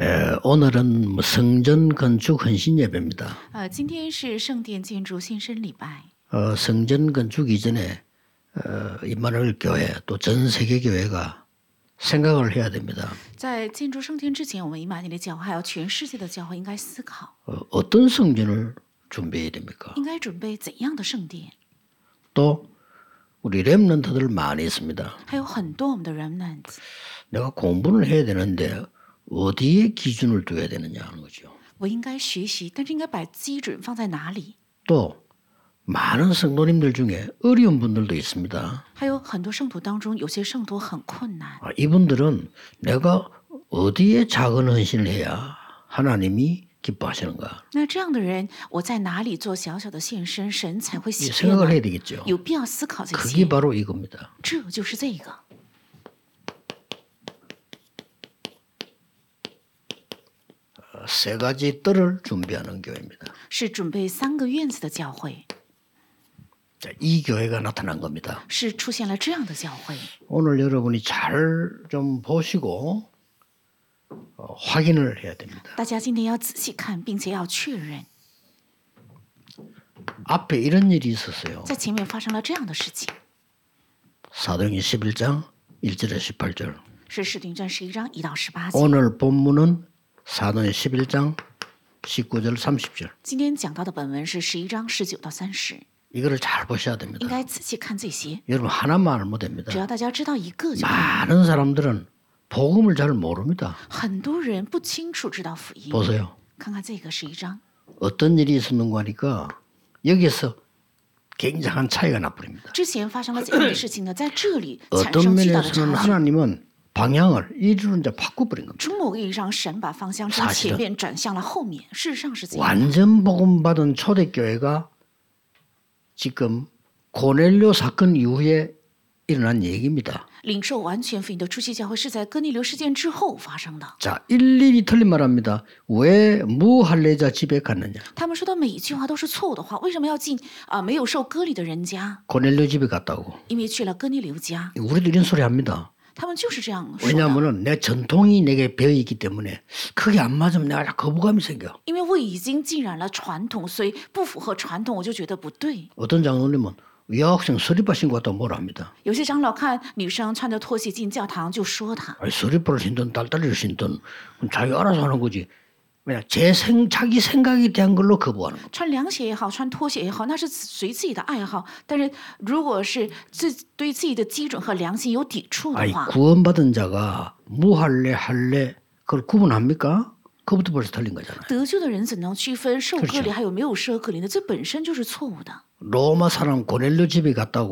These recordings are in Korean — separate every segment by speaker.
Speaker 1: 에, 오늘은 뭐 성전 건축 헌신 예배입니다.
Speaker 2: 呃，今天是圣殿建筑献身礼拜。
Speaker 1: 어, 성전 건축 이전에 어, 임마누엘 교회 또 전 세계 교회가 생각을 해야 됩니다.
Speaker 2: 在建筑圣殿之前，我们以马内的教会还有全世界的教会应该思考，
Speaker 1: 어, 떤 성전을 준비해야 됩니까?
Speaker 2: 应该准备怎样的圣殿？
Speaker 1: 또 우리 렘넌트들 많이 있습니다.
Speaker 2: 还有很多我们的 remnants，
Speaker 1: 내가 공부를 해야 되는데 어디에 기준을 두어야 되느냐 하는 거죠.
Speaker 2: 我应该学习，但是应该把基准放在哪里？
Speaker 1: 또 많은 성도님들 중에 어려운 분들도 있습니다.
Speaker 2: 还有很多圣徒当中，有些圣徒很困难，
Speaker 1: 아, 이분들은 내가 어디에 작은 헌신을 해야 하나님이 기뻐하시는가
Speaker 2: 那这样的人，我在哪里做小小的献身，神才会
Speaker 1: 이
Speaker 2: 喜悦
Speaker 1: 생각을
Speaker 2: 呢？
Speaker 1: 해야 되겠죠.
Speaker 2: 有必要思考这
Speaker 1: 그게
Speaker 2: 些，
Speaker 1: 바로 이겁니다.
Speaker 2: 这就是这个。
Speaker 1: 어, 세 가지 뜰을 준비하는 교회입니다.
Speaker 2: 是准备三个院子的教会，
Speaker 1: 자, 이 교회가 나타난 겁니다.
Speaker 2: 是出现了这样的教会。
Speaker 1: 오늘 여러분이 잘 좀 보시고 어, 확인을 해야 됩니다.
Speaker 2: 大家今天要仔细看，并且要确认，
Speaker 1: 앞에 이런 일이 있었어요.
Speaker 2: 在前面发生了这样的事情，
Speaker 1: 사도행전 11장 1절에서 18절.
Speaker 2: 是《使徒行传》十一章一到十八节。
Speaker 1: 오늘 본문은 사도행전 11장 19절 30절.
Speaker 2: 今天讲到的本文是十一章十九到三十，
Speaker 1: 이거를 잘 보셔야 됩니다.
Speaker 2: 应该仔细看这些。
Speaker 1: 여러분 하나만 알면 됩니다.
Speaker 2: 只要大家知道一个就好。
Speaker 1: 많은 사람들은 복음을 잘 모릅니다.
Speaker 2: 很多人不清楚知道福音。
Speaker 1: 보세요.
Speaker 2: 看看这个十一章，
Speaker 1: 어떤 일이 있었는가 하니까 여기서 굉장한 차이가 나버립니다.
Speaker 2: 之前发生了怎样的事情呢？在这里产
Speaker 1: 어떤
Speaker 2: 生巨大的
Speaker 1: 면에서는
Speaker 2: 差距。
Speaker 1: 하나님은 방향을 이리로 이제 바꿔버린 겁니다.
Speaker 2: 从某个意义上，神把方向从
Speaker 1: 사실은
Speaker 2: 前面转向了后面。事实上是这样。
Speaker 1: 완전 복음받은 초대교회가 지금 고넬료 사건 이후에 일어난 얘기입니다.
Speaker 2: 领受完全福音的初期教会是在哥尼流事件之后发生的。
Speaker 1: 자, 일일이 틀린 말합니다. 왜뭐 무할례자 집에 갔느냐?
Speaker 2: 他们说的每一句话都是错误的话，为什么要进啊、没有受割礼的人家？
Speaker 1: 고넬료 집에 갔다고.
Speaker 2: 因为去了哥尼流家，
Speaker 1: 우리도 이런 소리 합니다.
Speaker 2: 他们就是这样说的。
Speaker 1: 왜냐하면 내 전통이 내게 배어 있기 때문에 그게 안 맞으면 내가 거부감이 생겨.
Speaker 2: 因为我已经浸染了传统，所以不符合传统，我就觉得不对。
Speaker 1: 어떤 장로님은 여학생 서리파 신고 왔다고 뭐라 합니다.
Speaker 2: 有些长老看女生穿着拖鞋进教堂，就说她
Speaker 1: 아니, 서리파를 신든 딸딸이를 신든 그럼 자기가 알아서 하는 거지. 그냥 제 생, 자기 생각에 대한 걸로 거부하는 거.
Speaker 2: 穿凉鞋也好，穿拖鞋也好，那是随自己的爱好。但是如果是自对自己的基准和良心有抵触
Speaker 1: 아니
Speaker 2: 的话，
Speaker 1: 구원받은 자가 뭐 무할례 할례 그걸 구분합니까? 그부터 벌써 틀린 거잖아요.
Speaker 2: 得救的人怎能区分受割
Speaker 1: 是这
Speaker 2: 礼
Speaker 1: 样
Speaker 2: 还有没有受割礼呢？这本身就是错误的。
Speaker 1: 로마 사람 고넬료 집에 갔다고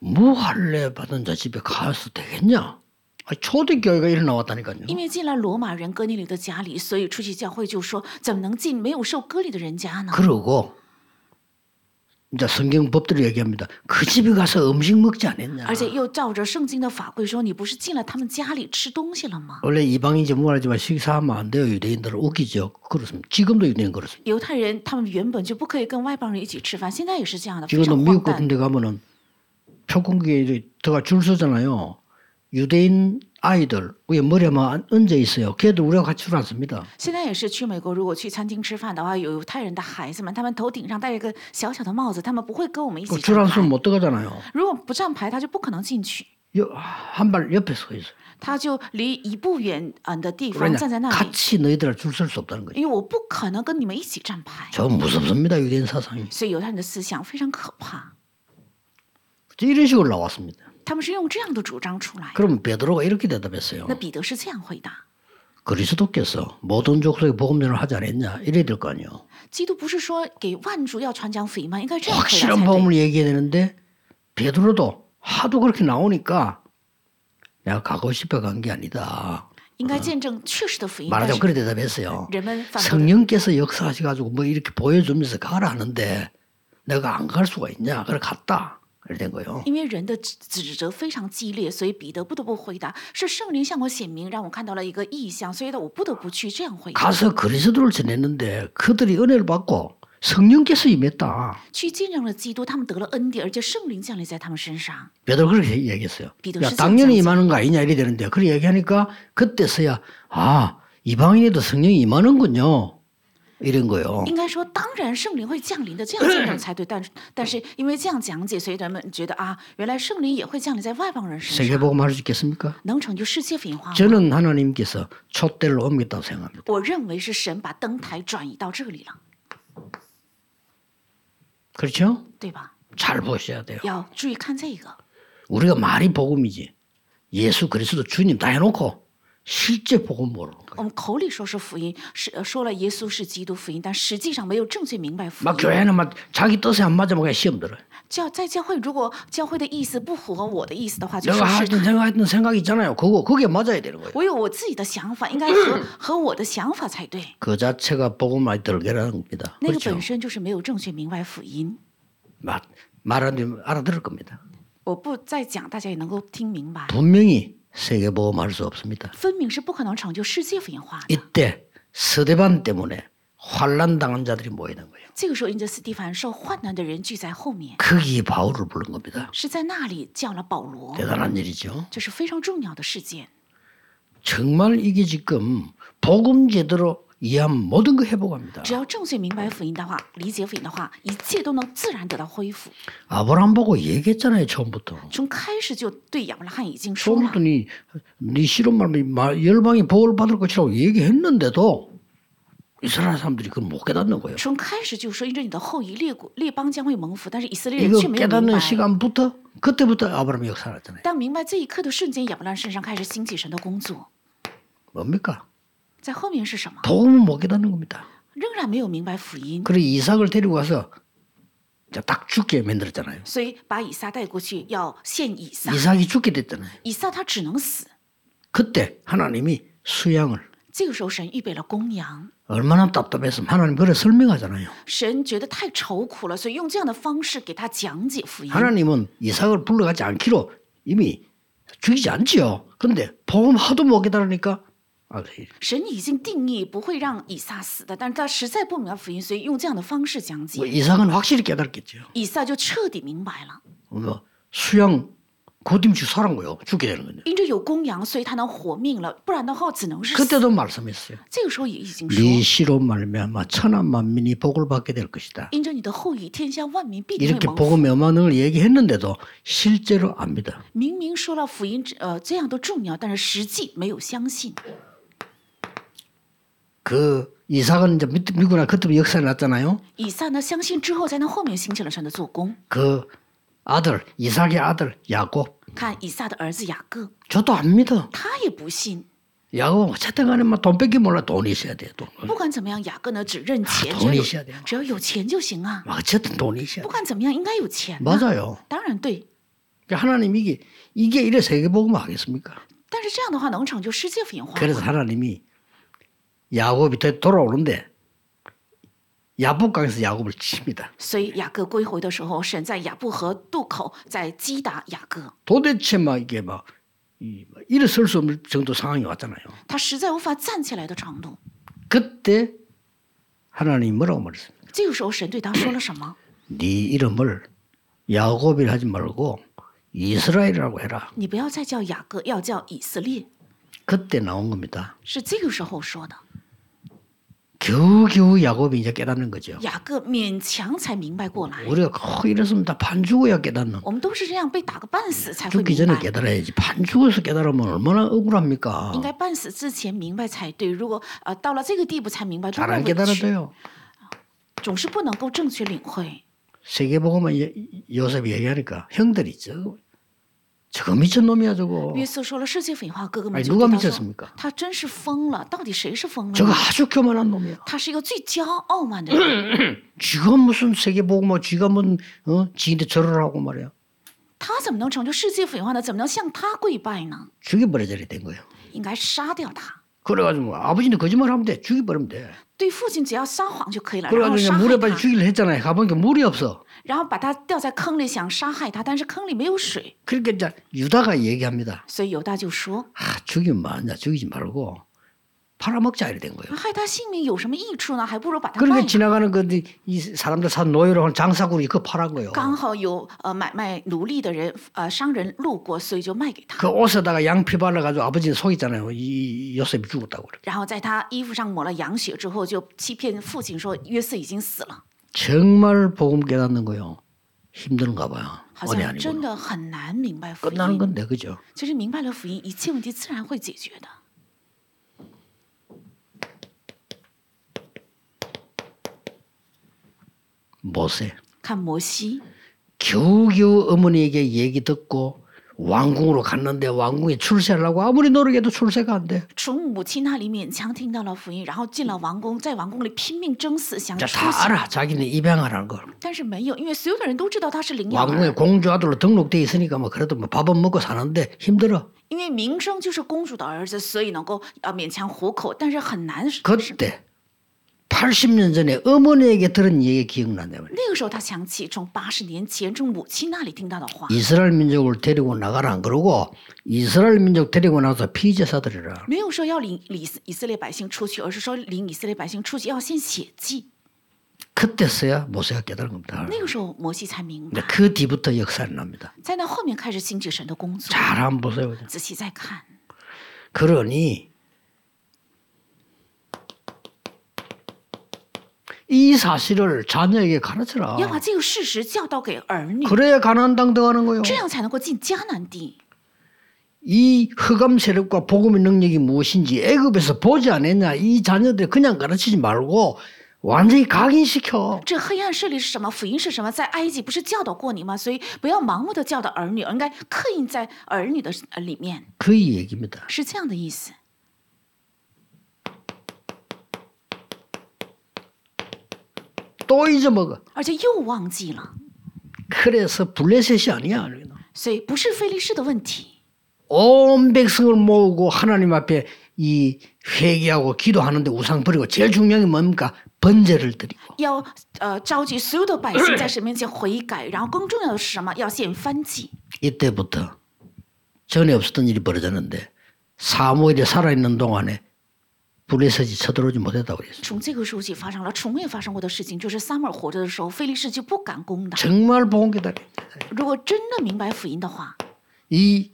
Speaker 1: 뭐 무할례 받은 자 집에 가서 되겠냐? 아니, 초대교회가 일어나왔다니까요.
Speaker 2: 因为进了罗马人哥尼流的家里，所以出去教会就说：怎么能进没有受割礼的人家呢？
Speaker 1: 그러고 이제 성경 법대로 얘기합니다. 그 집에 가서 음식 먹지 않았냐.
Speaker 2: 而且又照着圣经的法规说：你不是进了他们家里吃东西了吗？
Speaker 1: 원래 이방인 전문하지만 식사하면 안 돼요. 유대인들은 웃기죠. 그렇습니다. 지금도 유대인 그렇습니다.
Speaker 2: 犹太人他们原本就不可以跟外邦人一起吃饭，现在也是这样的，非
Speaker 1: 지금도
Speaker 2: 常
Speaker 1: 미국
Speaker 2: 荒诞
Speaker 1: 같은 。데 가면은 표공기에 이제 들어가 줄 서잖아요. 유대인 아이들 위에 머리 하면 얹어 있어요. 걔들 우리하고 같이 줄 앉습니다.
Speaker 2: 现在也是去美国，如果去餐厅吃饭的话，有犹太人的孩子们，他们头顶上戴一个小小的帽子，他们不会跟我们一起
Speaker 1: 그줄
Speaker 2: 站牌。
Speaker 1: 앉으면 못 들어가잖아요.
Speaker 2: 如果不站牌，他就不可能进去，
Speaker 1: 한 발 옆에 서 있어요.
Speaker 2: 他就离一步远嗯的地方站在
Speaker 1: 왜냐
Speaker 2: 那里，
Speaker 1: 같이 너희들 줄 설 수 없다는 거예요.
Speaker 2: 因为我不可能跟你们一起站牌。
Speaker 1: 저 무섭습니다. 유대인 사상이.
Speaker 2: 所以犹太人的思想非常可怕，
Speaker 1: 이런 식으로 나왔습니다.
Speaker 2: 他们是用这样的主张出来的。
Speaker 1: 그럼 베드로가 이렇게 대답했어요.
Speaker 2: 那彼得是这样回答：
Speaker 1: 그리스도께서 모든 족속에 복음전을 하지 않았냐 이래야 될 거 아니에요.
Speaker 2: 基督不是说给万族要传讲福音吗？应
Speaker 1: 네,
Speaker 2: 该这样回答才
Speaker 1: 확실한
Speaker 2: 对。
Speaker 1: 복음을 얘기해야 되는데 베드로도 하도 그렇게 나오니까 내가 가고 싶어 간 게 아니다.
Speaker 2: 应该见证确实的福音。但
Speaker 1: 말하자면
Speaker 2: 是
Speaker 1: 네, 그렇게 대답했어요.
Speaker 2: 人们反驳
Speaker 1: 성령께서 역사하셔가지고 뭐 이렇게 보여주면서 가라 하는데 내가 안 갈 수가 있냐. 그래 갔다. 이렇게 된 거예요.
Speaker 2: 因为人的指指责非常激烈，所以彼得不得不回答：是圣灵向我显明，让我看到了一个意象，所以呢，我不得不去这样回答。
Speaker 1: 가서 그리스도를 전했는데 그들이 은혜를 받고 성령께서 임했다.
Speaker 2: 去见证了基督，他们得了恩典，而且圣灵降临在他们身上。
Speaker 1: 베드로 그렇게 얘기했어요.
Speaker 2: 베드로
Speaker 1: 야,
Speaker 2: 실제
Speaker 1: 당연히
Speaker 2: 입장에서.
Speaker 1: 임하는 거 아니냐 이래 되는데 그렇게 얘기하니까 그때서야 아 이방인에도 성령이 임하는군요. 이런 거요.
Speaker 2: 应该说，当然圣灵会降临的，这样见证才对。但是，但是因为这样讲解，所以人们觉得啊，原来圣灵也会降临在外邦人身上，
Speaker 1: 세계복음 할 수 있겠습니까?
Speaker 2: 能成就世界福音化吗。
Speaker 1: 저는 하나님께서 촛대를 옮겼다고 생각합니다.
Speaker 2: 我认为是神把灯台转移到这里了，
Speaker 1: 그렇죠?
Speaker 2: 对吧？
Speaker 1: 잘 보셔야 돼요.
Speaker 2: 要注意看这个。
Speaker 1: 우리가 말이 복음이지. 예수 그리스도 주님 다 해놓고 실제 복음 모르는 거예요.
Speaker 2: 我们口里说是福音，是呃说了耶稣是基督福音，但实际上没有正确明白福
Speaker 1: 막
Speaker 2: 音。
Speaker 1: 교회는 막 자기 뜻에 안 맞으면 그냥 시험 들어요.
Speaker 2: 教在教会，如果教会的意思不符合我的意思的话，就
Speaker 1: 내가
Speaker 2: 说是
Speaker 1: 하던 생각 했던 생각이 있잖아요. 그거 그게 맞아야 되는 거예요.
Speaker 2: 我有我自己的想法，应该和和我的想法才对。
Speaker 1: 그 자체가 복음을 들게라는 겁니다.
Speaker 2: 那个
Speaker 1: 그렇죠?
Speaker 2: 本身就是没有正确明白福音。
Speaker 1: 마- 말하면 알아들을 겁니다.
Speaker 2: 我不再讲，大家也能够听明白。
Speaker 1: 분명히 세계 복음할 수 없습니다.
Speaker 2: 分明是不可能成就世界福音化的。
Speaker 1: 이때 스데반 때문에 환란 당한 자들이 모이는 거예요.
Speaker 2: 这个时候，因着斯蒂凡受患难的人聚在后面，
Speaker 1: 거기 바울을 부른 겁니다.
Speaker 2: 是在那里叫了保罗，
Speaker 1: 대단한 일이죠.
Speaker 2: 这是非常重要的事件。
Speaker 1: 정말 이게 지금 복음 제대로 이해하면 모든 거 회복합니다.
Speaker 2: 只要正确明白福音的话，理解福音的话，一切都能自然得到恢复。
Speaker 1: 아브라함 보고 얘기했잖아요 처음부터.
Speaker 2: 从开始就对亚伯拉罕已经说了
Speaker 1: 처음부터 네, 네 싫은 말로 열방이 보호를 받을 것이라고 얘기했는데도 이스라엘 사람들이 그걸 못 깨닫는 거예요.
Speaker 2: 从开始就说，因着你的后裔列国列邦将会蒙福，但是以色列人
Speaker 1: 이거
Speaker 2: 却没有明
Speaker 1: 깨닫는
Speaker 2: 白。
Speaker 1: 시간부터 그때부터 아브라함이 역사났잖아요.
Speaker 2: 当明白这一刻的瞬间，亚伯拉罕身上开始兴起神的工作。
Speaker 1: 뭡니까?
Speaker 2: 在后面是什么？
Speaker 1: 복음을 못 깨닫는 겁니다.
Speaker 2: 仍然没有明白福音，
Speaker 1: 그래 이삭을 데리고 가서 이제 딱 죽게 만들었잖아요.
Speaker 2: 所以把以撒带过去要献以撒。
Speaker 1: 이삭이 죽게 됐잖아요.
Speaker 2: 以撒他只能死。
Speaker 1: 그때 하나님이 수양을
Speaker 2: 这个时候，神预备了公羊。
Speaker 1: 얼마나 답답했으면 하나님 그래 설명하잖아요.
Speaker 2: 神觉得太愁苦了，所以用这样的方式给他讲解福音。
Speaker 1: 하나님은 이삭을 불러가지 않기로 이미 죽이지 않지요. 근데 복음 하도 못 깨달으니까 아, 그래.
Speaker 2: 神已经定义不会让以撒死的，但是他实在不明白福音，所以用这样的方式讲
Speaker 1: 뭐
Speaker 2: 解，
Speaker 1: 이삭은 확실히 깨달겠죠.
Speaker 2: 以撒就彻底明白了。
Speaker 1: 뭐 수양 고딤주 사는 거요. 죽게 되는 거죠.
Speaker 2: 因着有公羊，所以他能活命了，不然的话只能是死。
Speaker 1: 그때도 말씀했어요.
Speaker 2: 这个时候也已经
Speaker 1: 네
Speaker 2: 说，
Speaker 1: 시로 말미암아 천하 만민이 복을 받게 될 것이다.
Speaker 2: 因着你的后裔，天下万民必定
Speaker 1: 이렇게
Speaker 2: 会蒙福。
Speaker 1: 복음의 어마능을 얘기했는데도 실제로 압니다.
Speaker 2: 明明说了福音，呃，这样都重要，但是实际没有相信。
Speaker 1: 그 이삭은 이제 미- 미구나 그때부터 역사에 났잖아요.
Speaker 2: 以撒呢，相信之后，在那后面兴起了神的做工。
Speaker 1: 그 아들 이삭의 아들 야곱
Speaker 2: 看以撒的儿子雅各，
Speaker 1: 저도 압니다.
Speaker 2: 他也不信。
Speaker 1: 야곱 어쨌든 간에 막돈 뺏기 몰라 돈이 있어야 돼. 돈.
Speaker 2: 不管怎么样，雅各呢只认钱，
Speaker 1: 啊
Speaker 2: 只要
Speaker 1: 同意
Speaker 2: 有
Speaker 1: 一下的
Speaker 2: 只要有钱就行啊。
Speaker 1: 어쨌든 돈이 있어야
Speaker 2: 不
Speaker 1: 돼
Speaker 2: 管怎么样，应该有钱、啊。
Speaker 1: 맞아요. 그러니까
Speaker 2: 当然对，
Speaker 1: 하나님 이게 이게 이래 세계복음 하겠습니까?
Speaker 2: 但是这样的话能成就世界福音化。
Speaker 1: 그래서 하나님이 야곱이 되- 돌아오는데 야복강에서 야곱을 칩니다.
Speaker 2: 所以雅各归回的时候，神在雅布河渡口在击打雅各，
Speaker 1: 도대체 막 이게 막 이- 막 일어설 수 없는 정도 상황이 왔잖아요.
Speaker 2: 他实在无法站起来的程度。
Speaker 1: 그때 하나님이 뭐라고 말했습니까?
Speaker 2: 这个时候，神对他说了什 么？
Speaker 1: 네 이름을 야곱이라 하지 말고 이스라엘이라고 해라.
Speaker 2: 你不要再叫雅各，要叫以色列，
Speaker 1: 그때 나온 겁니다.
Speaker 2: 是这个时候说的。
Speaker 1: 겨우겨우 야곱이 이제 깨닫는 거죠.
Speaker 2: 雅各勉强才明白过来。
Speaker 1: 우리가 꼭 이랬으면 다 반 죽어야 깨닫는.
Speaker 2: 我们都是这样被打个半死才会
Speaker 1: 죽기
Speaker 2: 明
Speaker 1: 전에
Speaker 2: 白，
Speaker 1: 깨달아야지. 반 죽어서 깨달으면 얼마나 억울합니까?
Speaker 2: 应该半死之前明白才对。如果呃到了这个地步才明白，多
Speaker 1: 잘
Speaker 2: 么
Speaker 1: 안
Speaker 2: 委屈，
Speaker 1: 깨달아도요.
Speaker 2: 总是不能够正确领会。
Speaker 1: 세계복음은 요- 요셉이 얘기하니까 형들이 저거 저거 미친놈이야 저거.
Speaker 2: 约瑟说了世界粉化，哥哥
Speaker 1: 哦
Speaker 2: 们
Speaker 1: 哎
Speaker 2: 就
Speaker 1: 如
Speaker 2: 对
Speaker 1: 果
Speaker 2: 他
Speaker 1: 没这
Speaker 2: 说
Speaker 1: 什么个
Speaker 2: 他真是疯了，到底谁是疯了
Speaker 1: 저거
Speaker 2: 呢？
Speaker 1: 아주 교만한 놈이야.
Speaker 2: 他是一个最骄傲慢 的人，
Speaker 1: 쥐가 무슨 세계복음하고 뭐 쥐가 뭔 어? 지인데 절을 하고 말이야.
Speaker 2: 他怎么能成就世界粉化呢？怎么能向他跪拜呢？
Speaker 1: 죽여버려야 된 거예요.
Speaker 2: 应该杀掉他。
Speaker 1: 그래가지고 뭐 아버지는 거짓말하면 돼. 죽여버리면 돼.
Speaker 2: 对父亲只要撒谎就可以了，然后
Speaker 1: 그래가지고
Speaker 2: 杀
Speaker 1: 그냥 물에
Speaker 2: 害
Speaker 1: 빠져
Speaker 2: 他，
Speaker 1: 죽이려 했잖아요. 가보니까 물이 없어.
Speaker 2: 然后把他掉在坑里，想杀害他，但是坑里没有水，
Speaker 1: 그러니까 이제 유다가 얘기합니다.
Speaker 2: 所以犹大就说
Speaker 1: 아, 죽이면 맞냐. 죽이지 말고 팔아먹자 이래 된 거예요.
Speaker 2: 害他性命有什么益处呢？还不如把它卖
Speaker 1: 그러니까
Speaker 2: 了。
Speaker 1: 지나가는 건데 이 사람들 산 노예로 하는 장사꾼이 그거 팔은 거예요.
Speaker 2: 刚好有呃买卖奴隶的人呃商人路过，所以就卖给他。
Speaker 1: 그 옷에다가 양피 발라가지고 아버지는 속였잖아요. 이 요셉이 죽었다고 그래.
Speaker 2: 然后在他衣服上抹了羊血之后，就欺骗父亲说约瑟已经死了，
Speaker 1: 정말 복음 깨닫는 거요. 힘든가 봐요.
Speaker 2: 好
Speaker 1: 은혜
Speaker 2: 像
Speaker 1: 아니고
Speaker 2: 真的很难明白福
Speaker 1: 끝나는
Speaker 2: 音。
Speaker 1: 건데 그죠?
Speaker 2: 其实明白了福音，一切问题自然会解决的。
Speaker 1: 모세
Speaker 2: 看摩西，
Speaker 1: 겨우겨우 어머니에게 얘기 듣고 왕궁으로 갔는데 왕궁에 출세하려고 아무리 노력해도 출세가 안 돼.
Speaker 2: 从母亲那里勉强听到了福音，然后进了王宫，在王宫里拼命争死，想
Speaker 1: 이제
Speaker 2: 出
Speaker 1: 다
Speaker 2: 息，
Speaker 1: 알아. 자기는 입양하라는 걸.
Speaker 2: 但是没有，因为所有的人都知道他是领养
Speaker 1: 왕궁에
Speaker 2: 儿，
Speaker 1: 공주 아들로 등록돼 있으니까 뭐 그래도 뭐 밥은 먹고 사는데 힘들어.
Speaker 2: 因为名声就是公主的儿子，所以能够呃勉强糊口，但是很难是。
Speaker 1: 그때 80년 전에 어머니에게 들은 얘기 기억난다 말이야.
Speaker 2: 那个时候，他想起从八十年前从母亲那里听到的话，
Speaker 1: 이스라엘 민족을 데리고 나가라 안 그러고 이스라엘 민족 데리고 나서 피제 사들이라.
Speaker 2: 没有说要领以以色列百姓出去，而是说领以色列百姓出去要先血祭。
Speaker 1: 그때서야 모세가 깨달은 겁니다.
Speaker 2: 那个时候，摩西才明
Speaker 1: 근데
Speaker 2: 白，
Speaker 1: 그 뒤부터 역사는 납니다.
Speaker 2: 在那后面开始兴起神的工作。
Speaker 1: 잘 한번 보세요.
Speaker 2: 仔细再看，
Speaker 1: 그러니 이 사실을 자녀에게 가르쳐라.
Speaker 2: 要把这个事实教导给儿女，
Speaker 1: 그래야 가난 당당하는 거요.
Speaker 2: 这样才能够进迦南地。
Speaker 1: 이 흑암 세력과 복음의 능력이 무엇인지 애굽에서 보지 않았냐 이 자녀들 그냥 가르치지 말고 완전히 각인시켜
Speaker 2: 这黑暗势力是什么？福音是什么？在埃及不是教导过你吗？所以不要盲目的教导儿女，而应该刻印在儿女的呃里面，
Speaker 1: 그 얘기입니다.
Speaker 2: 是这样的意思。
Speaker 1: 또 잊어먹어.
Speaker 2: 而且又忘记了，
Speaker 1: 그래서 블레셋이 아니야.
Speaker 2: 所以不是非利士的问题。
Speaker 1: 온 백성을 모으고 하나님 앞에 이 회개하고 기도하는데 우상 버리고 제일 중요한 게 뭡니까? 번제를 드리고
Speaker 2: 要呃召集所有的百姓在神面前悔改，然后更重要的是什么？要献翻祭。
Speaker 1: 이때부터 전에 없었던 일이 벌어졌는데 사무엘이 살아있는 동안에 블레셋이 쳐들어오지 못했다고 그랬어요.
Speaker 2: 从这个时候起发生了从未发生过的事情，就是撒母耳活着的时候，非利士就不敢攻打。
Speaker 1: 정말 복음 기다려.
Speaker 2: 如果真的明白福音的话，
Speaker 1: 이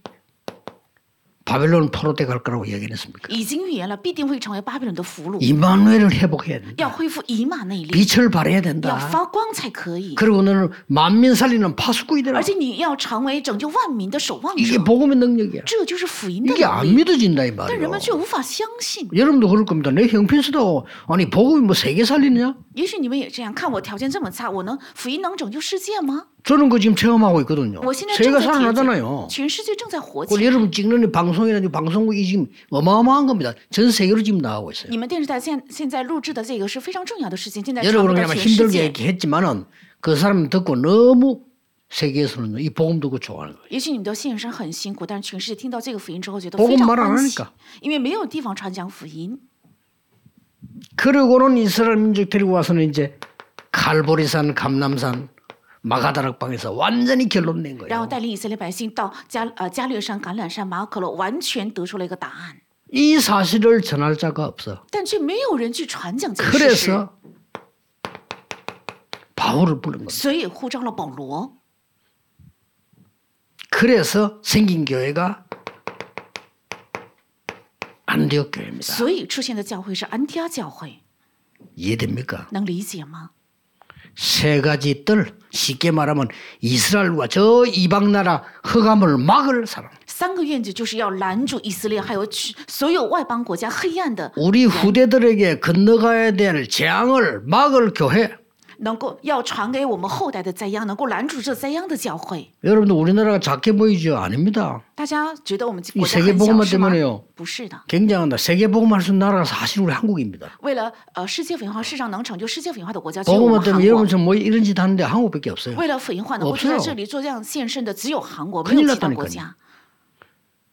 Speaker 1: 바벨론 포로 때 갈 거라고 얘기했습니까?
Speaker 2: 已经预言了必定会成为巴比伦的俘虏，
Speaker 1: 이만회를 회복해야 된다.
Speaker 2: 要恢复以马内利，
Speaker 1: 빛을 발해야
Speaker 2: 要
Speaker 1: 된다.
Speaker 2: 发光才可以。
Speaker 1: 그리고 너는 만민 살리는 파수꾼이더라.
Speaker 2: 而且你要成为拯救万民的守望
Speaker 1: 이게
Speaker 2: 者，
Speaker 1: 복음의 능력이야.
Speaker 2: 这就是福音的
Speaker 1: 이게
Speaker 2: 能
Speaker 1: 안
Speaker 2: 力。
Speaker 1: 믿어진다 이
Speaker 2: 但
Speaker 1: 말이에요.
Speaker 2: 人们却无法相信。
Speaker 1: 여러분도 그럴 겁니다. 내 형편수도 아니 복음이 뭐 세계 살리느냐?
Speaker 2: 也许你们也这样看我条件这么差，我能福音能拯救世界吗？
Speaker 1: 저는 그 지금 체험하고 있거든요.
Speaker 2: 我现在正
Speaker 1: 세계가
Speaker 2: 在体检
Speaker 1: 살아나잖아요.
Speaker 2: 全世界正在火起
Speaker 1: 그
Speaker 2: 来。
Speaker 1: 여러분 찍는 이 방송이라는 이 방송국이 지금 어마어마한 겁니다. 전 세계로 지금 나가고 있어요.
Speaker 2: 你们电视台现现在录制的这个是非常重要的事情，现在传播
Speaker 1: 여러분은
Speaker 2: 到
Speaker 1: 네, 그냥
Speaker 2: 全世
Speaker 1: 힘들게
Speaker 2: 界。
Speaker 1: 얘기했지만은 그 사람 듣고 너무 세계에서는 이 복음 듣고 좋아하는 거예요.
Speaker 2: 也许你们的信生很辛苦，但是全世界听到这个福音之后，觉得
Speaker 1: 복음
Speaker 2: 非常
Speaker 1: 말안
Speaker 2: 欢喜
Speaker 1: 하니까 ，
Speaker 2: 因为没有地方传讲福音。
Speaker 1: 그러고는 이스라엘 민족 데리고 와서는 이제 갈보리산, 감남산, 마가다락방에서 완전히 결론 낸
Speaker 2: 然后
Speaker 1: 거예요.
Speaker 2: 带领以色列百姓到加呃加略山、橄榄山、马可罗，完全得出了一个答案，
Speaker 1: 이 사실을 전할 자가 없어.
Speaker 2: 但却没有人去传讲这个事实，
Speaker 1: 그래서 바울을 부른 겁니다.
Speaker 2: 所以呼召了保罗。
Speaker 1: 그래서 생긴 교회가 안디옥 교회입니다.
Speaker 2: 所以出现的教会是安提阿教会，
Speaker 1: 이해됩니까?
Speaker 2: 能理解吗？
Speaker 1: 세 가지 뜰 쉽게 말하면 이스라엘과 저 이방 나라 흑암을 막을 사람.
Speaker 2: 三个愿景就是要拦住以色列还有去所有外邦国家黑暗的
Speaker 1: 우리 후대들에게 건너가야 될 재앙을 막을 교회.
Speaker 2: 能够要传给我们后代的灾殃，能够拦住这灾殃的教会。
Speaker 1: 여러분들 우리나라가 작게 보이죠? 아닙니다.
Speaker 2: 大家觉得我们
Speaker 1: 이
Speaker 2: 国家
Speaker 1: 세계
Speaker 2: 很小
Speaker 1: 복음화
Speaker 2: 是吗？
Speaker 1: 때문에요.
Speaker 2: 不是的，
Speaker 1: 굉장합니다. 세계 복음화 수 있는 나라가 사실 우리 한국입니다.
Speaker 2: 为了呃世界文化世上能成就世界文化的国家，只有我
Speaker 1: 복음화
Speaker 2: 们韩
Speaker 1: 때문에
Speaker 2: 国
Speaker 1: 여러분 。지금 뭐 이런 짓 하는데 한국밖에 없어요.
Speaker 2: 为了文化能够
Speaker 1: 없어요
Speaker 2: 就在这里做这样献身的，只有韩国，
Speaker 1: 큰일
Speaker 2: 没有其他国家。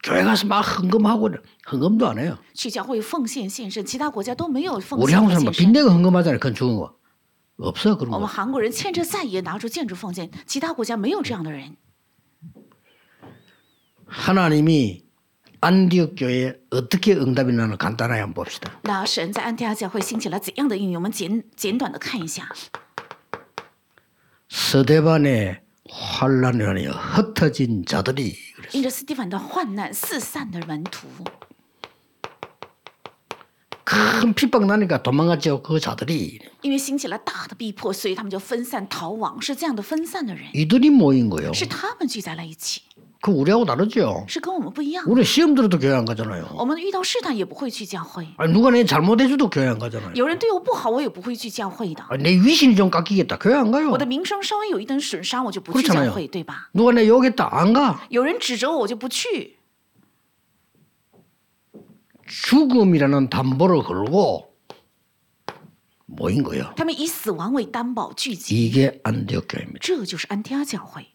Speaker 1: 교회 가서 막 헌금하고 헌금도 안 해요.
Speaker 2: 去教会奉献献身，其他国家都没有奉
Speaker 1: 우리
Speaker 2: 献
Speaker 1: 한국
Speaker 2: 和
Speaker 1: 사람
Speaker 2: 献
Speaker 1: 막
Speaker 2: 身。
Speaker 1: 빈대가 헌금하잖아요. 그건 좋은 거. 없어 그런
Speaker 2: 我们
Speaker 1: 거
Speaker 2: 韩国人欠着债也拿出建筑奉献，其他国家没有这样的人。
Speaker 1: 하나님이 안디옥 교회에 어떻게 응답이 나나 간단하게 한번 봅시다.
Speaker 2: 那神在安提阿教会兴起了怎样的应用？我们简简短的看一下。
Speaker 1: 서대반의 환란에 의하여 흩어진 자들이 그래요.
Speaker 2: 因着斯蒂凡的患难，四散的门徒，
Speaker 1: 큰 핍박 나니까 도망갔죠. 그 자들이
Speaker 2: 因为兴起了大的逼迫，所以他们就分散逃亡。是这样的分散的人，
Speaker 1: 이들이 모인 거예요.
Speaker 2: 是他们聚在了一起，
Speaker 1: 그 우리하고 다르죠.
Speaker 2: 是跟我们不一样。
Speaker 1: 우리 시험 들어도 교회 안 가잖아요.
Speaker 2: 我们遇到试探也不会去教会，
Speaker 1: 아니, 누가 내 잘못해줘도 교회 안 가잖아요.
Speaker 2: 有人对我不好，我也不会去教会的。
Speaker 1: 아니, 내 위신이 좀 깎이겠다. 교회 안 가요.
Speaker 2: 我的名声稍微有一点损伤，我就不去
Speaker 1: 그렇잖아요
Speaker 2: 教会，对吧？
Speaker 1: 누가 내 욕했다. 안 가.
Speaker 2: 有人指责我，我就不去。
Speaker 1: 죽음이라는 담보를 걸고 모인 거예요.
Speaker 2: 他们以死亡为担保聚集，
Speaker 1: 이게 안디옥 교회입니다.
Speaker 2: 这就是安提阿教会。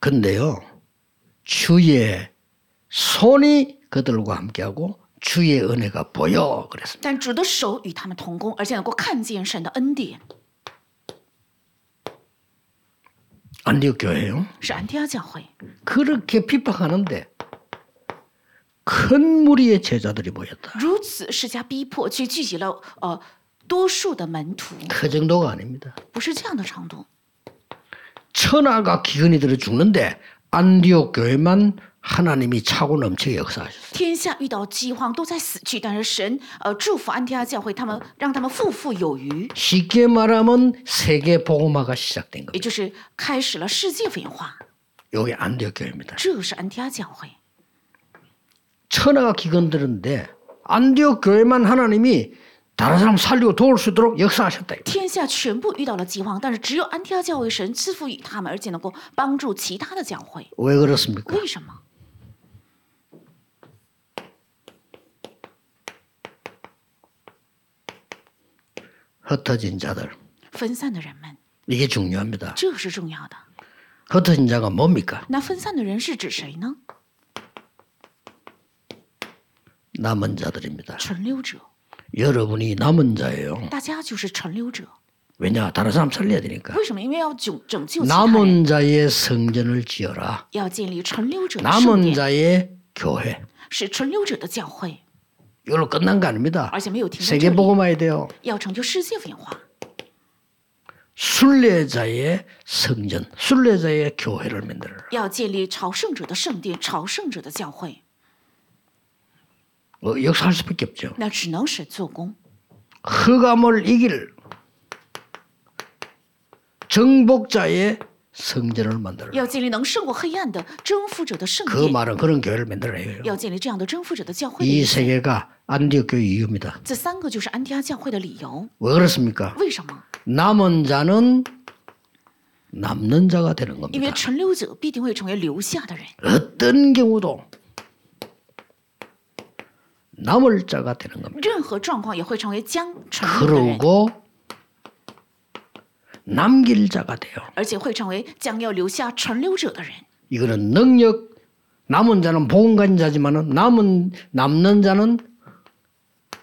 Speaker 1: 근데요. 주의 손이 그들과 함께하고 주의 은혜가 보여. 그랬습니다.
Speaker 2: 但主的手与他们同工，而且能够看见神的恩典，
Speaker 1: 안디옥 교회예요.
Speaker 2: 是安提阿教会。
Speaker 1: 그렇게 핍박하는데 큰 무리의 제자들이 모였다.
Speaker 2: 如此施加逼迫，却聚集了呃多数的门徒，
Speaker 1: 그 정도가 아닙니다.
Speaker 2: 不是这样的程度。
Speaker 1: 천하가 기근이 들어 죽는데 안디옥 교회만 하나님이 차고 넘치게 역사하셨어요.
Speaker 2: 天下遇到饥荒都在死去，但是神呃祝福安提阿教会，他们让他们富富有余，
Speaker 1: 쉽게 말하면 세계 복음화가 시작된 겁니다.
Speaker 2: 也就是开始了世界文化。
Speaker 1: 여기 안디옥 교회입니다.
Speaker 2: 这是安提阿教会，
Speaker 1: 천하가 기근 들었는데 안디옥 교회만 하나님이 다른 사람 살리고 도울 수 있도록 역사하셨다.
Speaker 2: 天下全部遇到了饥荒，但是只有安提阿教会神赐福于他们，而且能够帮助其他的教会。
Speaker 1: 왜 그렇습니까?
Speaker 2: 为什么？
Speaker 1: 흩어진 자들.
Speaker 2: 分散的人们，
Speaker 1: 이게 중요합니다.
Speaker 2: 这是重要的。
Speaker 1: 흩어진 자가 뭡니까?
Speaker 2: 那分散的人是指谁呢？
Speaker 1: 남은 자들입니다.
Speaker 2: 存留者，
Speaker 1: 여러분이 남은 자예요.
Speaker 2: 大家就是存留者。
Speaker 1: 왜냐? 다른 사람 살려야 되니까.
Speaker 2: 为什么？因为要拯拯救其他人，
Speaker 1: 남은 자의 성전을 지어라.
Speaker 2: 要建立存留者的圣
Speaker 1: 남은
Speaker 2: 殿，
Speaker 1: 자의 교회.
Speaker 2: 使存留者的教会，
Speaker 1: 이걸로 끝난 거 아닙니다.
Speaker 2: 而且没有停在这
Speaker 1: 세계
Speaker 2: 里，
Speaker 1: 복음화에 돼요.
Speaker 2: 要成就世界文化，
Speaker 1: 순례자의 성전, 순례자의 교회를 만들어.
Speaker 2: 要建立朝圣者的圣殿、朝圣者的教会，
Speaker 1: 어, 역사할 수밖에 없죠.
Speaker 2: 那只能神做工。
Speaker 1: 흑암을 이길 정복자의 성전을 만들어.
Speaker 2: 要建立能胜过黑暗的征服者的圣
Speaker 1: 그
Speaker 2: 殿，
Speaker 1: 말은 그런 교회를 만들어요.
Speaker 2: 要建立这样的征服者的教会的
Speaker 1: 이
Speaker 2: 意思。
Speaker 1: 세계가 안디옥 교회 이유입니다.
Speaker 2: 这三个就是安提阿教会的理由。
Speaker 1: 왜 그렇습니까?
Speaker 2: 为什么？
Speaker 1: 남은 자는 남는 자가 되는
Speaker 2: 因为
Speaker 1: 겁니다.
Speaker 2: 存留者必定会成为留下的人，
Speaker 1: 어떤 경우도 남을 자가 되는 겁니다.
Speaker 2: 任何状况也会成为将存留的人，
Speaker 1: 아, 그러고 남길 자가 돼요.
Speaker 2: 而且会成为将要留下存留者的人。
Speaker 1: 이거는 능력 남은 자는 보험가진 자지만은 남은 남는 자는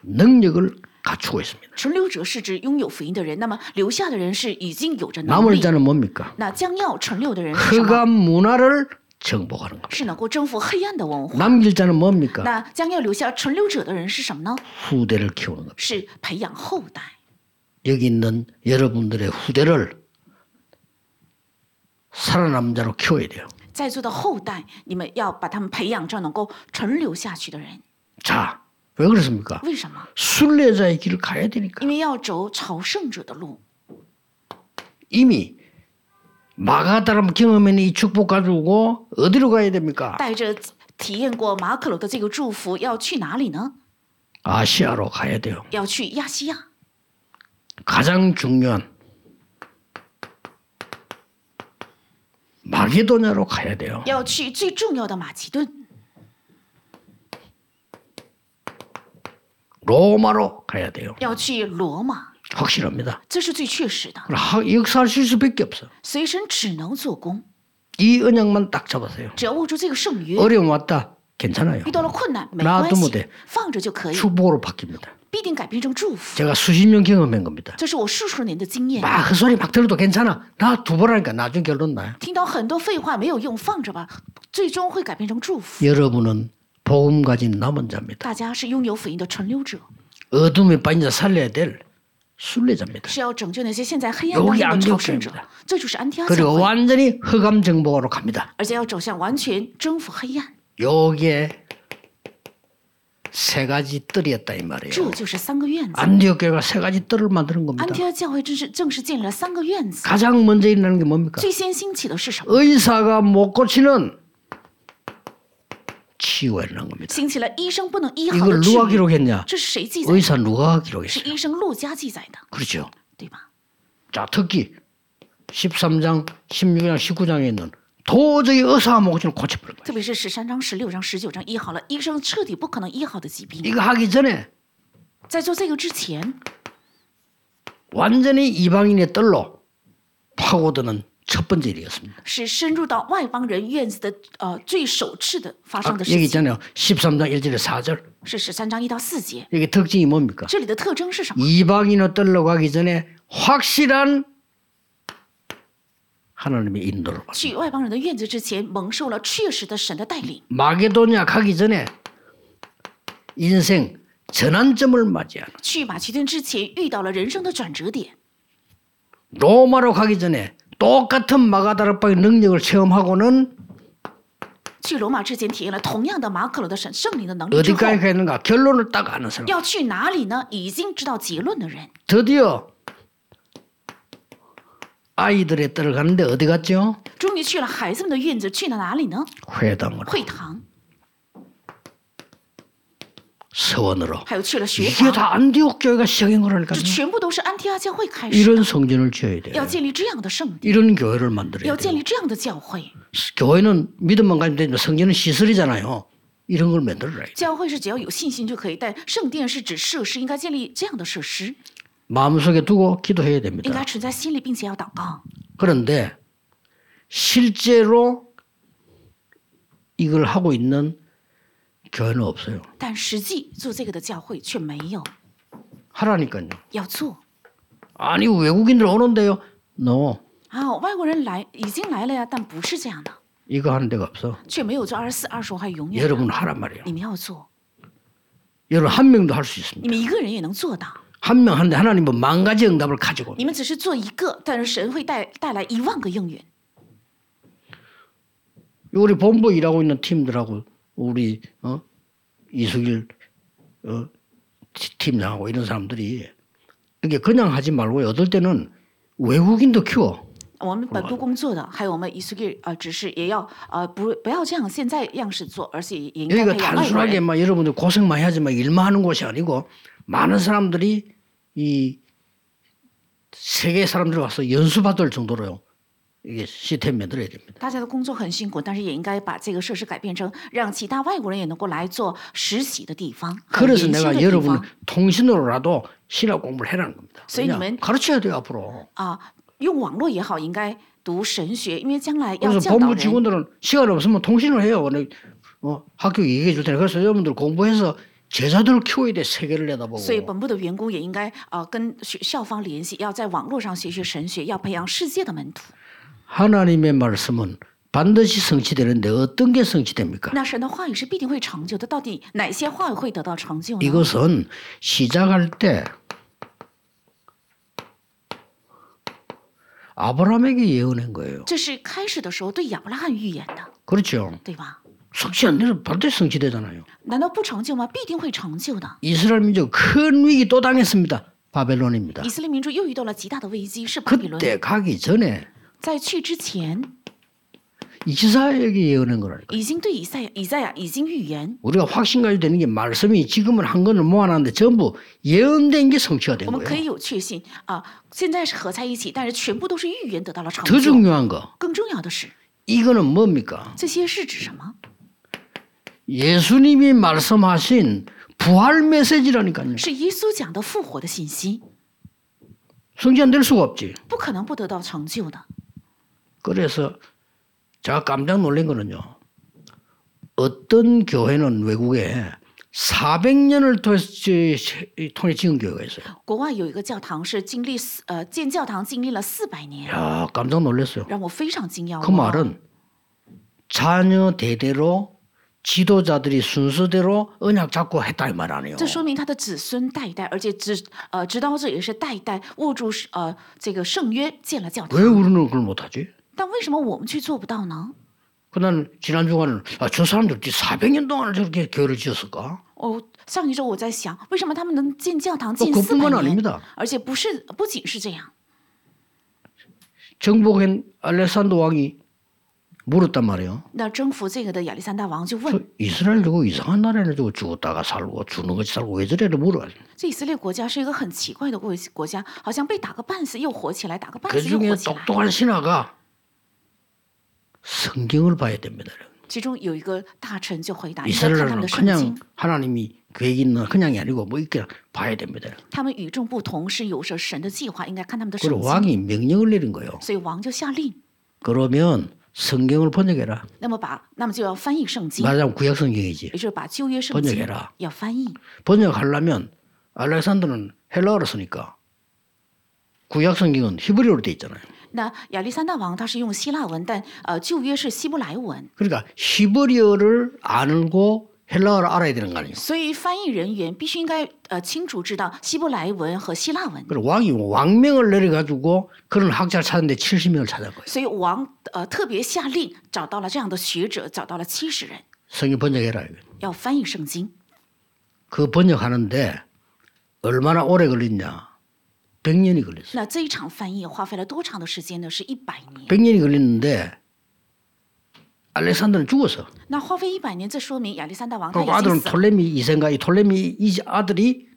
Speaker 1: 능력을 갖추고 있습니다.
Speaker 2: 存留者是指拥有福音的人，那么留下的人是已经有着能
Speaker 1: 남을
Speaker 2: 力。
Speaker 1: 자는 뭡니까?
Speaker 2: 那将要存留的人是什么？
Speaker 1: 흑암 문화를 정복하는 겁니다.
Speaker 2: 是能够征服黑暗的文化。
Speaker 1: 남길 자는 뭡니까?
Speaker 2: 那将要留下存留者的人是什么呢？
Speaker 1: 후대를 키우는 겁니다.
Speaker 2: 是培养后代。
Speaker 1: 여기 있는 여러분들의 후대를 살아남은 자로 키워야 돼요.
Speaker 2: 在座的后代，你们要把他们培养成能够存留下去的人。
Speaker 1: 자, 왜 그렇습니까?
Speaker 2: 为什么？
Speaker 1: 순례자의 길을 가야 되니까.
Speaker 2: 因为要走朝圣者的路。
Speaker 1: 이미 마가다람 경험에는 이 축복 가지고 어디로 가야 됩니까?
Speaker 2: 带着体验过马可罗的这个祝福，要去哪里呢？
Speaker 1: 아시아로 가야 돼요.
Speaker 2: 要去亚细亚，
Speaker 1: 가장 중요한 마게도냐로 가야 돼요.
Speaker 2: 要去最重要的马其顿，
Speaker 1: 로마로 가야 돼요.
Speaker 2: 要去罗马，
Speaker 1: 확실합니다.
Speaker 2: 这是最确实的。
Speaker 1: 하- 역사하실 수밖에 없어요.
Speaker 2: 随身只能做工，
Speaker 1: 이 언약만 딱 잡으세요.
Speaker 2: 只要握住这个圣约，
Speaker 1: 어려움 왔다. 괜찮아요.
Speaker 2: 遇到了困难没
Speaker 1: 那
Speaker 2: 关
Speaker 1: 多么
Speaker 2: 系
Speaker 1: 的，
Speaker 2: 放着就可以，
Speaker 1: 축복으로 바뀝니다.
Speaker 2: 必定改变成祝福。
Speaker 1: 제가 수십 년 경험한 겁니다.
Speaker 2: 这是我数十年的经验，
Speaker 1: 막 그 소리 막 들어도 괜찮아. 나 두보라니까 나중에 결론 나요.
Speaker 2: 听到很多废话没有用，放着吧，最终会改变成祝福。
Speaker 1: 여러분은 복음 가진 남은 자입니다.
Speaker 2: 大家是拥有福音的存留者，
Speaker 1: 어둠에 빠진 자 살려야 될 순례자입니다.
Speaker 2: 是要拯救那些现在黑暗当中的朝圣
Speaker 1: 有
Speaker 2: 者
Speaker 1: 两。
Speaker 2: 这就是安提阿教
Speaker 1: 그리고
Speaker 2: 会，
Speaker 1: 완전히 허감 정복으로 갑니다.
Speaker 2: 而且要走向完全征服黑暗。
Speaker 1: 요게 세 가지 뜰이었다 이
Speaker 2: 这
Speaker 1: 말이에요.
Speaker 2: 就是三个院子。
Speaker 1: 안디옥 교회가 세 가지 뜰을 만드는
Speaker 2: 安
Speaker 1: 겁니다.
Speaker 2: 提阿教会正是正式建立了三个院子。
Speaker 1: 가장 먼저 일어나는 게 뭡니까?
Speaker 2: 最先兴起的是什么？
Speaker 1: 의사가 못 고치는 치유가 일어난 겁니다.
Speaker 2: 兴起了医生不能医好
Speaker 1: 이걸
Speaker 2: 的治
Speaker 1: 누가
Speaker 2: 愈。
Speaker 1: 기록했냐?
Speaker 2: 这是谁记载的？
Speaker 1: 의사 누가
Speaker 2: 是
Speaker 1: 기록했어요?
Speaker 2: 医生陆家记载的，
Speaker 1: 그렇죠.
Speaker 2: 对吧？
Speaker 1: 자, 특히 13장, 16장, 19장에 있는 도저히 의사가 못 고치는 고쳐버린 거예요.
Speaker 2: 特别是十三章、十六章、十九章医好了医生彻底不可能医好的疾病。
Speaker 1: 이거 하기 전에
Speaker 2: 在做这个之前，
Speaker 1: 완전히 이방인의 뜰로 파고드는 첫 번째 일이었습니다. 아,
Speaker 2: 是深入到外邦人院子的呃最首次的发
Speaker 1: 아,
Speaker 2: 生的事
Speaker 1: 여기
Speaker 2: 情，
Speaker 1: 있잖아요. 13장 1절에 4절.
Speaker 2: 是十三章一到四节。
Speaker 1: 이게 특징이 뭡니까?
Speaker 2: 这里的特征是什么？
Speaker 1: 이방인의 뜰로 가기 전에 확실한 하나님의 인도를 받습니다.
Speaker 2: 去外邦人的院子之前，蒙受了确实的神的带领。
Speaker 1: 마게도냐 가기 전에 인생 전환점을 맞이하는
Speaker 2: 去马其顿之前，遇到了人生的转折点。
Speaker 1: 로마로 가기 전에 똑같은 마가다락방의 능력을 체험하고는
Speaker 2: 去罗马之前，体验了同样的马可罗的神圣灵的能力之后，
Speaker 1: 어디까지 가는가 결론을 딱 아는 사람
Speaker 2: 要去哪里呢？已经知道结论的人，
Speaker 1: 드디어 아이들의 뜰을 가는데 어디 갔죠?
Speaker 2: 终于去了孩子们的院子，去了哪里呢？
Speaker 1: 회당으로
Speaker 2: 会堂，
Speaker 1: 서원으로
Speaker 2: 还有去了学
Speaker 1: 이게
Speaker 2: 堂。
Speaker 1: 다 안디옥 교회가 시작인 거라니까요
Speaker 2: 这全部都是安提阿教会开始，
Speaker 1: 이런 성전을 지어야
Speaker 2: 要
Speaker 1: 돼요
Speaker 2: 建立这样的圣地，
Speaker 1: 이런 교회를 만들어야
Speaker 2: 要建
Speaker 1: 돼요
Speaker 2: 立这样的教会。
Speaker 1: 교회는 믿음만 가면 되지만 성전은 시설이잖아요 이런 걸 만들어라
Speaker 2: 教会是只要有信心就可以，但圣殿是指设施，应该建立这样的设施，
Speaker 1: 마음속에 두고 기도해야
Speaker 2: 应
Speaker 1: 됩니다.
Speaker 2: 该存在心里，并且要祷告。
Speaker 1: 그런데 실제로 이걸 하고 있는 교회는 없어요.
Speaker 2: 但实际做这个的教会却没有
Speaker 1: 하라니까요.
Speaker 2: 要做
Speaker 1: 아니 외국인들 오는데요. no.
Speaker 2: 啊！外国人来已经来了呀，但不是这样的，
Speaker 1: 이거 하는 데가 없어.
Speaker 2: 却没有做二十四、二十五还有永远的。
Speaker 1: 여러분 하란 말이에요.
Speaker 2: 你们要做，
Speaker 1: 여러분 한 명도 할 수 있습니다.
Speaker 2: 你们一个人也能做到。
Speaker 1: 한 명 하는데 하나님은 만 가지 응답을 가지고 옵니다.
Speaker 2: 你们只是做一个，但是神会带带来一万个应允。
Speaker 1: 우리 본부 일하고 있는 팀들하고 우리 어? 이수길 어? 티- 팀장하고 이런 사람들이 이게 그냥 하지 말고 어떨 때는 외국인도 키워
Speaker 2: 我们本部工作的，还有我们 i s u 啊，只是也要呃，不不要这样现在样式做，而且也应该
Speaker 1: 여기가
Speaker 2: 培养外国
Speaker 1: 단순하게
Speaker 2: 人。
Speaker 1: 막 여러분들 고생 많이 하지만 일만 하는 곳이 아니고 많은 사람들이 이 세계 사람들 와서 연수받을 정도로요 이게 시스템 만들어야 됩니다.
Speaker 2: 大家的工作很辛苦，但是也应该把这个设施改变成让其他外国人也能够来做实习的地方，很年
Speaker 1: 그래서
Speaker 2: 轻的
Speaker 1: 내가
Speaker 2: 地
Speaker 1: 여러분
Speaker 2: 方
Speaker 1: 통신으로라도 신학 공부를 해라는 겁니다.
Speaker 2: 저희
Speaker 1: 그냥
Speaker 2: 님은-
Speaker 1: 가르쳐야 돼요 앞으로.
Speaker 2: 啊。用网络也好，应该读神学，因为将来要
Speaker 1: 그래서
Speaker 2: 教导
Speaker 1: 본부
Speaker 2: 人。
Speaker 1: 직원들은 시간 없으면 통신을 해요. 근데 어, 학교 얘기해 줄 테니까 그래서 여러분들 공부해서 제자들을 키워야 돼 세계를 내다보고
Speaker 2: 所以本部的员工也应该呃跟学校方联系，要在网络上学习神学，要培养世界的门徒。
Speaker 1: 하나님의 말씀은 반드시 성취되는데 어떤 게 성취됩니까?
Speaker 2: 那神的话语是必定会成就的。到底哪些话语会得到成就呢？
Speaker 1: 이것은 시작할 때 아브라함에게 예언한 거예요.
Speaker 2: 这是开始的时候对亚伯拉罕预言的，
Speaker 1: 그렇죠.
Speaker 2: 对吧？
Speaker 1: 성취 안 되면 반드시 성취되잖아요.
Speaker 2: 难道不成就吗？必定会成就的。
Speaker 1: 이스라엘 민족 큰 위기 또 당했습니다. 바벨론입니다.
Speaker 2: 以色列民族又遇到了极大的危机，是巴比伦。
Speaker 1: 그때 가기 전에
Speaker 2: 在去之前，
Speaker 1: 이사에게 예언한 거라니까.
Speaker 2: 已经对以赛亚、以赛亚已经预言，
Speaker 1: 우리가 확신 가지고 되는 게 말씀이 지금은 한 권을 모아놨는데 전부 예언된 게 성취가 된
Speaker 2: 我们可
Speaker 1: 거예요.
Speaker 2: 以有确信啊。现在是合在一起，但是全部都是预言得到了成
Speaker 1: 더
Speaker 2: 就。
Speaker 1: 중요한 거
Speaker 2: 更重要的是，
Speaker 1: 이거는 뭡니까?
Speaker 2: 这些是指什么？
Speaker 1: 예수님이 말씀하신 부활 메시지라니까요.
Speaker 2: 是耶稣讲的复活的信息，
Speaker 1: 성취 안 될 수가 없지.
Speaker 2: 不可能不得到成就的。
Speaker 1: 그래서 제가 깜짝 놀란 거는요. 어떤 교회는 외국에 400년을 통해서 지- 통해 지은 교회가 있어요.
Speaker 2: 国外有一个教堂是经历四呃建教堂经历了四百年，
Speaker 1: 야 깜짝 놀랐어요.
Speaker 2: 让我非常惊讶。
Speaker 1: 그
Speaker 2: 哇
Speaker 1: 말은 자녀 대대로 지도자들이 순서대로 언약 잡고 했다 이 말 아니에요.
Speaker 2: 这说明他的子孙代代，而且直呃直到这也是代代握住是呃这个圣约建了教堂
Speaker 1: 왜 。 우리는 그걸 못하지?
Speaker 2: 但为什么我们却做不到呢？
Speaker 1: 그날 지난 주간은 아, 저 사람들 400년 동안 저렇게 교회를 지었을까?
Speaker 2: 哦，上一周我在想，为什么他们能建教堂
Speaker 1: 또
Speaker 2: 建四百
Speaker 1: 그뿐만
Speaker 2: 年，
Speaker 1: 아닙니다.
Speaker 2: 而且不是不仅是这样。
Speaker 1: 정복한 알렉산더 왕이 물었단 말이에요.
Speaker 2: 那征服这个的亚历山大王就
Speaker 1: 저
Speaker 2: 问：
Speaker 1: 이스라엘 누구 이상한 나라에 누구 죽었다가 살고 죽는 것이 살고 왜 저래를 물어요.
Speaker 2: 这以色列国家是一个很奇怪的国国家，好像被打个半死又火起来，打个半
Speaker 1: 그
Speaker 2: 死又火
Speaker 1: 중에
Speaker 2: 起来。
Speaker 1: 똑똑한 신하가 성경을 봐야 됩니다.
Speaker 2: 其中有一个大臣就回答：“应该看他们
Speaker 1: 이스라엘은
Speaker 2: 的圣
Speaker 1: 그냥
Speaker 2: 经，
Speaker 1: 하나님이 계획이 있는 그냥이 아니고 뭐 이렇게 봐야 됩니다.
Speaker 2: 他们与众不同，是有着神的计划，应该看他们的圣
Speaker 1: 그리고
Speaker 2: 经。
Speaker 1: 왕이 명령을 내린 거예요. ”
Speaker 2: 所以王就下令，
Speaker 1: 그러면 성경을 번역해라.
Speaker 2: 那么把那么就要翻译圣经，也
Speaker 1: 말하자면 구약 성경이지.
Speaker 2: 就是把旧约圣
Speaker 1: 번역
Speaker 2: 经
Speaker 1: 해라
Speaker 2: 要翻译。
Speaker 1: 번역하려면 알렉산더는 헬라어로 쓰니까 구약 성경은 히브리어로 돼 있잖아요.
Speaker 2: 那亚历山大王他是用希腊文，但呃旧约是希伯来文，
Speaker 1: 그러니까 히브리어를 알고 헬라어를 알아야 되는 거 아니에요.
Speaker 2: 所以翻译人员必须应该呃清楚知道希伯来文和希腊文。
Speaker 1: 그리고 왕이 왕명을 내려가지고 그런 학자를 찾는데 70명을 찾은 거예요.
Speaker 2: 所以王呃特别下令找到了这样的学者，找到了七十人，
Speaker 1: 성경 번역해라. 이거.
Speaker 2: 要翻译圣经。
Speaker 1: 그 번역하는데 얼마나 오래 걸렸냐. 100년이 걸렸어요.
Speaker 2: 那这一场翻译花费了多长的时间呢？是一百年。
Speaker 1: 100년이 걸렸는데 알렉산더는 죽었어.
Speaker 2: 那花费一百年，这说明亚历山大王他
Speaker 1: 그리고
Speaker 2: 已经
Speaker 1: 아들은
Speaker 2: 死了。
Speaker 1: 톨레미 2세인가 이 톨레미 이 아들이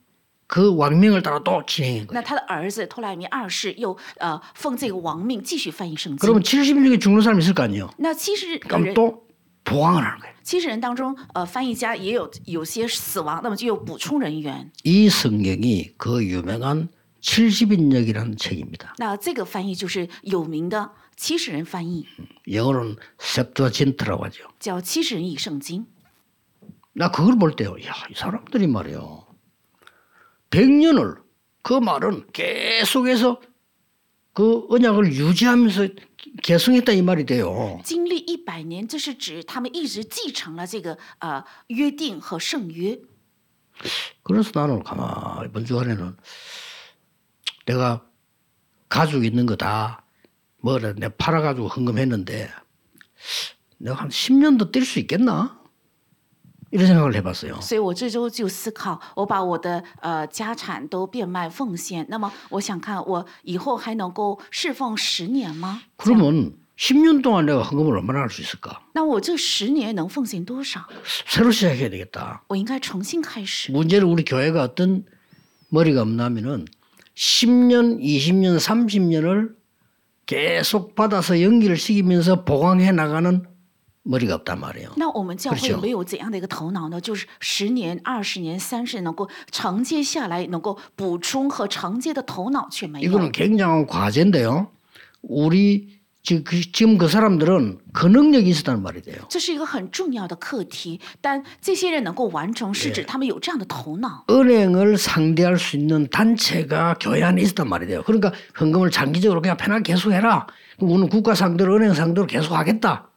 Speaker 1: 그 왕명을 따라 또 진행한 거예요.
Speaker 2: 那他的儿子托莱米二世又呃奉这个王命继续翻译圣经。
Speaker 1: 그러면 70명이 죽는 사람이 있을 거 아니에요.
Speaker 2: 那七十个
Speaker 1: 그럼
Speaker 2: 人，
Speaker 1: 또 보강을 하는 거예요.
Speaker 2: 七十人当中，呃，翻译家也有有些死亡，那么就有补充人员。
Speaker 1: 이 성경이 그 유명한 70인역이라는 책입니다.
Speaker 2: 那这个翻译就是有名的七十人翻译，
Speaker 1: 영어로는 셉투아진트라고 하죠.
Speaker 2: 叫《七十人译圣经》。
Speaker 1: 나 그걸 볼 때요. 야, 이 사람들이 말이요. 100년을 그 말은 계속해서 그 언약을 유지하면서 계승했다 이 말이 돼요.
Speaker 2: 经历一百年，这是指他们一直继承了这个呃约定和圣约。
Speaker 1: 그래서 나는 가만히 이번 주간에는 내가 가지고 있는 거 다 뭐래 내 팔아가지고 헌금했는데 내가 한 10년 더 뛸 수 있겠나? 이런 생각을 해봤어요.
Speaker 2: 所以我这周就思考，我把我的呃家产都变卖奉献，那么我想看我以后还能够侍奉十年吗？
Speaker 1: 그러면 10년 동안 내가 헌금을 얼마나 할 수 있을까?
Speaker 2: 那我这十年能奉献多少？
Speaker 1: 새로 시작해야 되겠다.
Speaker 2: 我应该重新开始。
Speaker 1: 문제는 우리 교회가 어떤 머리가 없냐면은 10년, 20년, 30년을 계속 받아서 연기를 시키면서 보강해 나가는 머리가 없단 말이에요.
Speaker 2: 那我们教
Speaker 1: 不是这
Speaker 2: 会
Speaker 1: 样
Speaker 2: 没有怎样的一个头脑呢？就是十年、二十年、三十能够承接下来，能够补充和承接的头脑却没
Speaker 1: 이거는
Speaker 2: 有。
Speaker 1: 굉장한 과제인데요. 우리 지- 그- 지금 그 사람들은 그 능력이 있었단 말이 돼요.
Speaker 2: 这是一个很重要的课题，但这些人能够完成，是指他们有这样的头脑。
Speaker 1: 은행을 상대할 수 있는 단체가 교회 안에 있었단 말이 돼요. 그러니까 헌금을 장기적으로 그냥 편하게 계속해라. 그럼 우리는 국가 상대로 은행 상대로 계속하겠다.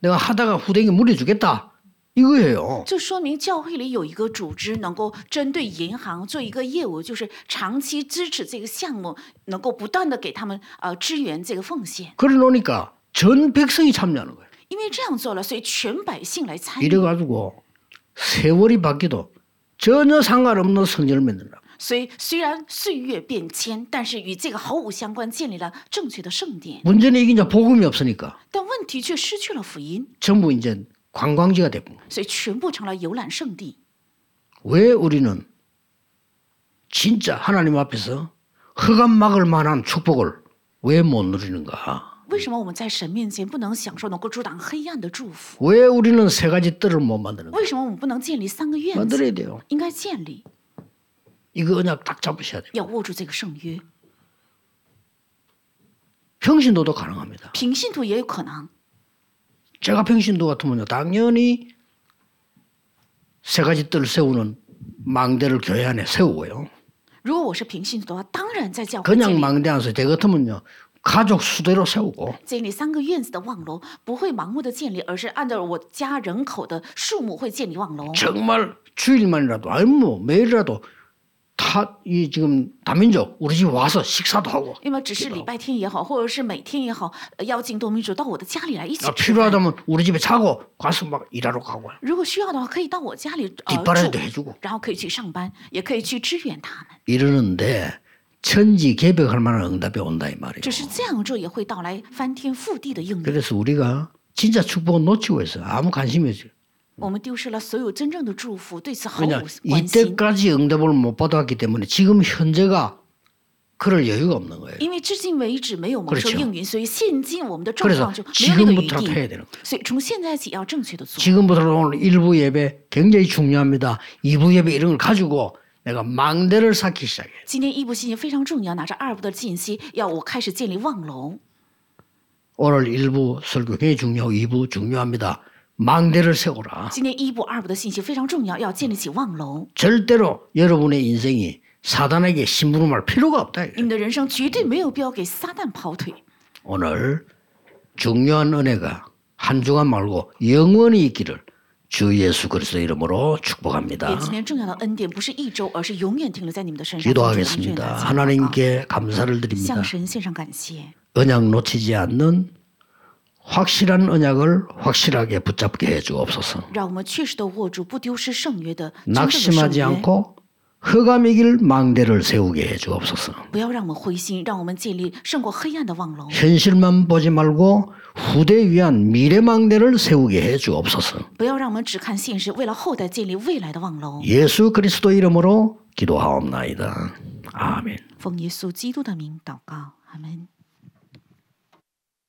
Speaker 1: 내가 하다가 후대에게 물려주겠다. 이거예요.
Speaker 2: 这说明教会里有一个组织能够针对银行做一个业务，就是长期支持这个项目，能够不断的给他们呃支援这个奉献。
Speaker 1: 그래 놓으니까 전 백성이 참여하는 거예요.
Speaker 2: 因为这样做了，所以全百姓来参与，
Speaker 1: 이래가지고 세월이 바뀌도 전혀 상관없는 성전을 만들라.
Speaker 2: 所以虽然岁月变迁，但是与这个毫无相关，建立了正确的圣殿。
Speaker 1: 문제는 이게 이제 복음이 없으니까
Speaker 2: 但问题却失去了福音，
Speaker 1: 전부 이제 관광지가 됐고.
Speaker 2: 所以全部成了游览圣地。
Speaker 1: 왜 우리는 진짜 하나님 앞에서 허감 막을 만한 축복을 왜 못 누리는가?
Speaker 2: 为什么我们在神面前不能享受能够阻挡黑暗的祝福？
Speaker 1: 왜 우리는 세 가지 뜰을 못 만드는가?
Speaker 2: 为什么我们不能建立三个院子？
Speaker 1: 만들어야 돼요.
Speaker 2: 应该建立，
Speaker 1: 이거 언약 딱 잡으셔야 돼요.
Speaker 2: 要握住这个圣约。
Speaker 1: 평신도도 가능합니다.
Speaker 2: 平信徒也有可能。
Speaker 1: 제가 평신도 같으면 요 당연히 세 가지 뜰 세우는 망대를 교회 안에 세우고요.
Speaker 2: 如果我是平信徒的话，当然在教会建
Speaker 1: 그냥
Speaker 2: 立
Speaker 1: 망대 안 세워. 제 같으면요. 가족 수대로 세우고
Speaker 2: 建立三个院子的望楼，不会盲目的建立，而是按照我家人口的数目会建立望楼。
Speaker 1: 정말 주일만이라도 아니면 뭐 매일이라도 다 이 지금 다민족 우리 집 와서 식사도 하고
Speaker 2: 那么只是礼拜天也好，或者是每天也好，呃邀请多民主到我的家里来一起
Speaker 1: 나
Speaker 2: 吃饭。
Speaker 1: 아, 필요하다면 우리 집에 자고 가서 막 일하러 가고
Speaker 2: 如果需要的话，可以到我家里呃住
Speaker 1: 뒷바라지도 ， 해주고
Speaker 2: 然后可以去上班，也可以去支援他们。
Speaker 1: 이러는데 천지 개벽할 만한 응답이 온다 이 말이에요.
Speaker 2: 只是这样做也会到来翻天覆地的应允。
Speaker 1: 그래서 우리가 진짜 축복은 놓치고 있어. 아무 관심이 없어.
Speaker 2: 我们丢失了所有真正的祝福，对此毫无
Speaker 1: 그냥
Speaker 2: 关心，
Speaker 1: 이때까지 응답을 못 받았기 때문에 지금 현재가 그럴 여유가 없는 거예요.
Speaker 2: 因为至今为止没有蒙受
Speaker 1: 그렇죠
Speaker 2: 应允，所以现今我们的状
Speaker 1: 그래서
Speaker 2: 况就没有那个余
Speaker 1: 지금부터
Speaker 2: 地。
Speaker 1: 해야 되는 거예요.
Speaker 2: 所以从现在起要正确的做。
Speaker 1: 지금부터 오늘 1부 예배 굉장히 중요합니다. 2부 예배 이런 걸 가지고 내가 망대를 쌓기 시작해.
Speaker 2: 今天一部信息非常重要，拿着二部的信息，要我开始建立望楼。
Speaker 1: 오늘 1부 설교 굉장히 중요하고 2부 중요합니다. 망대를 세워라.
Speaker 2: 今天一部、二部的信息非常重要，要建立起望楼。
Speaker 1: 절대로 여러분의 인생이 사단에게 심부름할 필요가 없다. 이거예요.
Speaker 2: 你们的人生绝对没有必要给撒旦跑腿。
Speaker 1: 오늘 중요한 은혜가 한 주간 말고 영원히 있기를 주 예수 그리스도 이름으로
Speaker 2: 也
Speaker 1: 축복합니다.
Speaker 2: 今天重要的恩典不是一周，而是永远停留在你们的身上。奉主的名
Speaker 1: 기도하겠습니다.
Speaker 2: 祷告
Speaker 1: 하나님께 감사를 드립니다.
Speaker 2: 向神献上感谢，
Speaker 1: 언약 놓치지 않는 확실한 언약을 확실하게 붙잡게 해주옵소서.
Speaker 2: 让我们确实的握住，不丢失圣约的真正的圣
Speaker 1: 낙심하지
Speaker 2: 约。
Speaker 1: 않고 허감이길 망대를 세우게 해주옵소서.
Speaker 2: 不要让我们灰心，让我们建立胜过黑暗的望楼。
Speaker 1: 현실만 보지 말고 후대 위한 미래 망대를 세우게 해주옵소서.
Speaker 2: 不要让我们只看现实，为了后代建立未来的望楼。
Speaker 1: 예수 그리스도 이름으로 기도하옵나이다. 아멘.
Speaker 2: 奉耶稣基督的名祷告，阿门。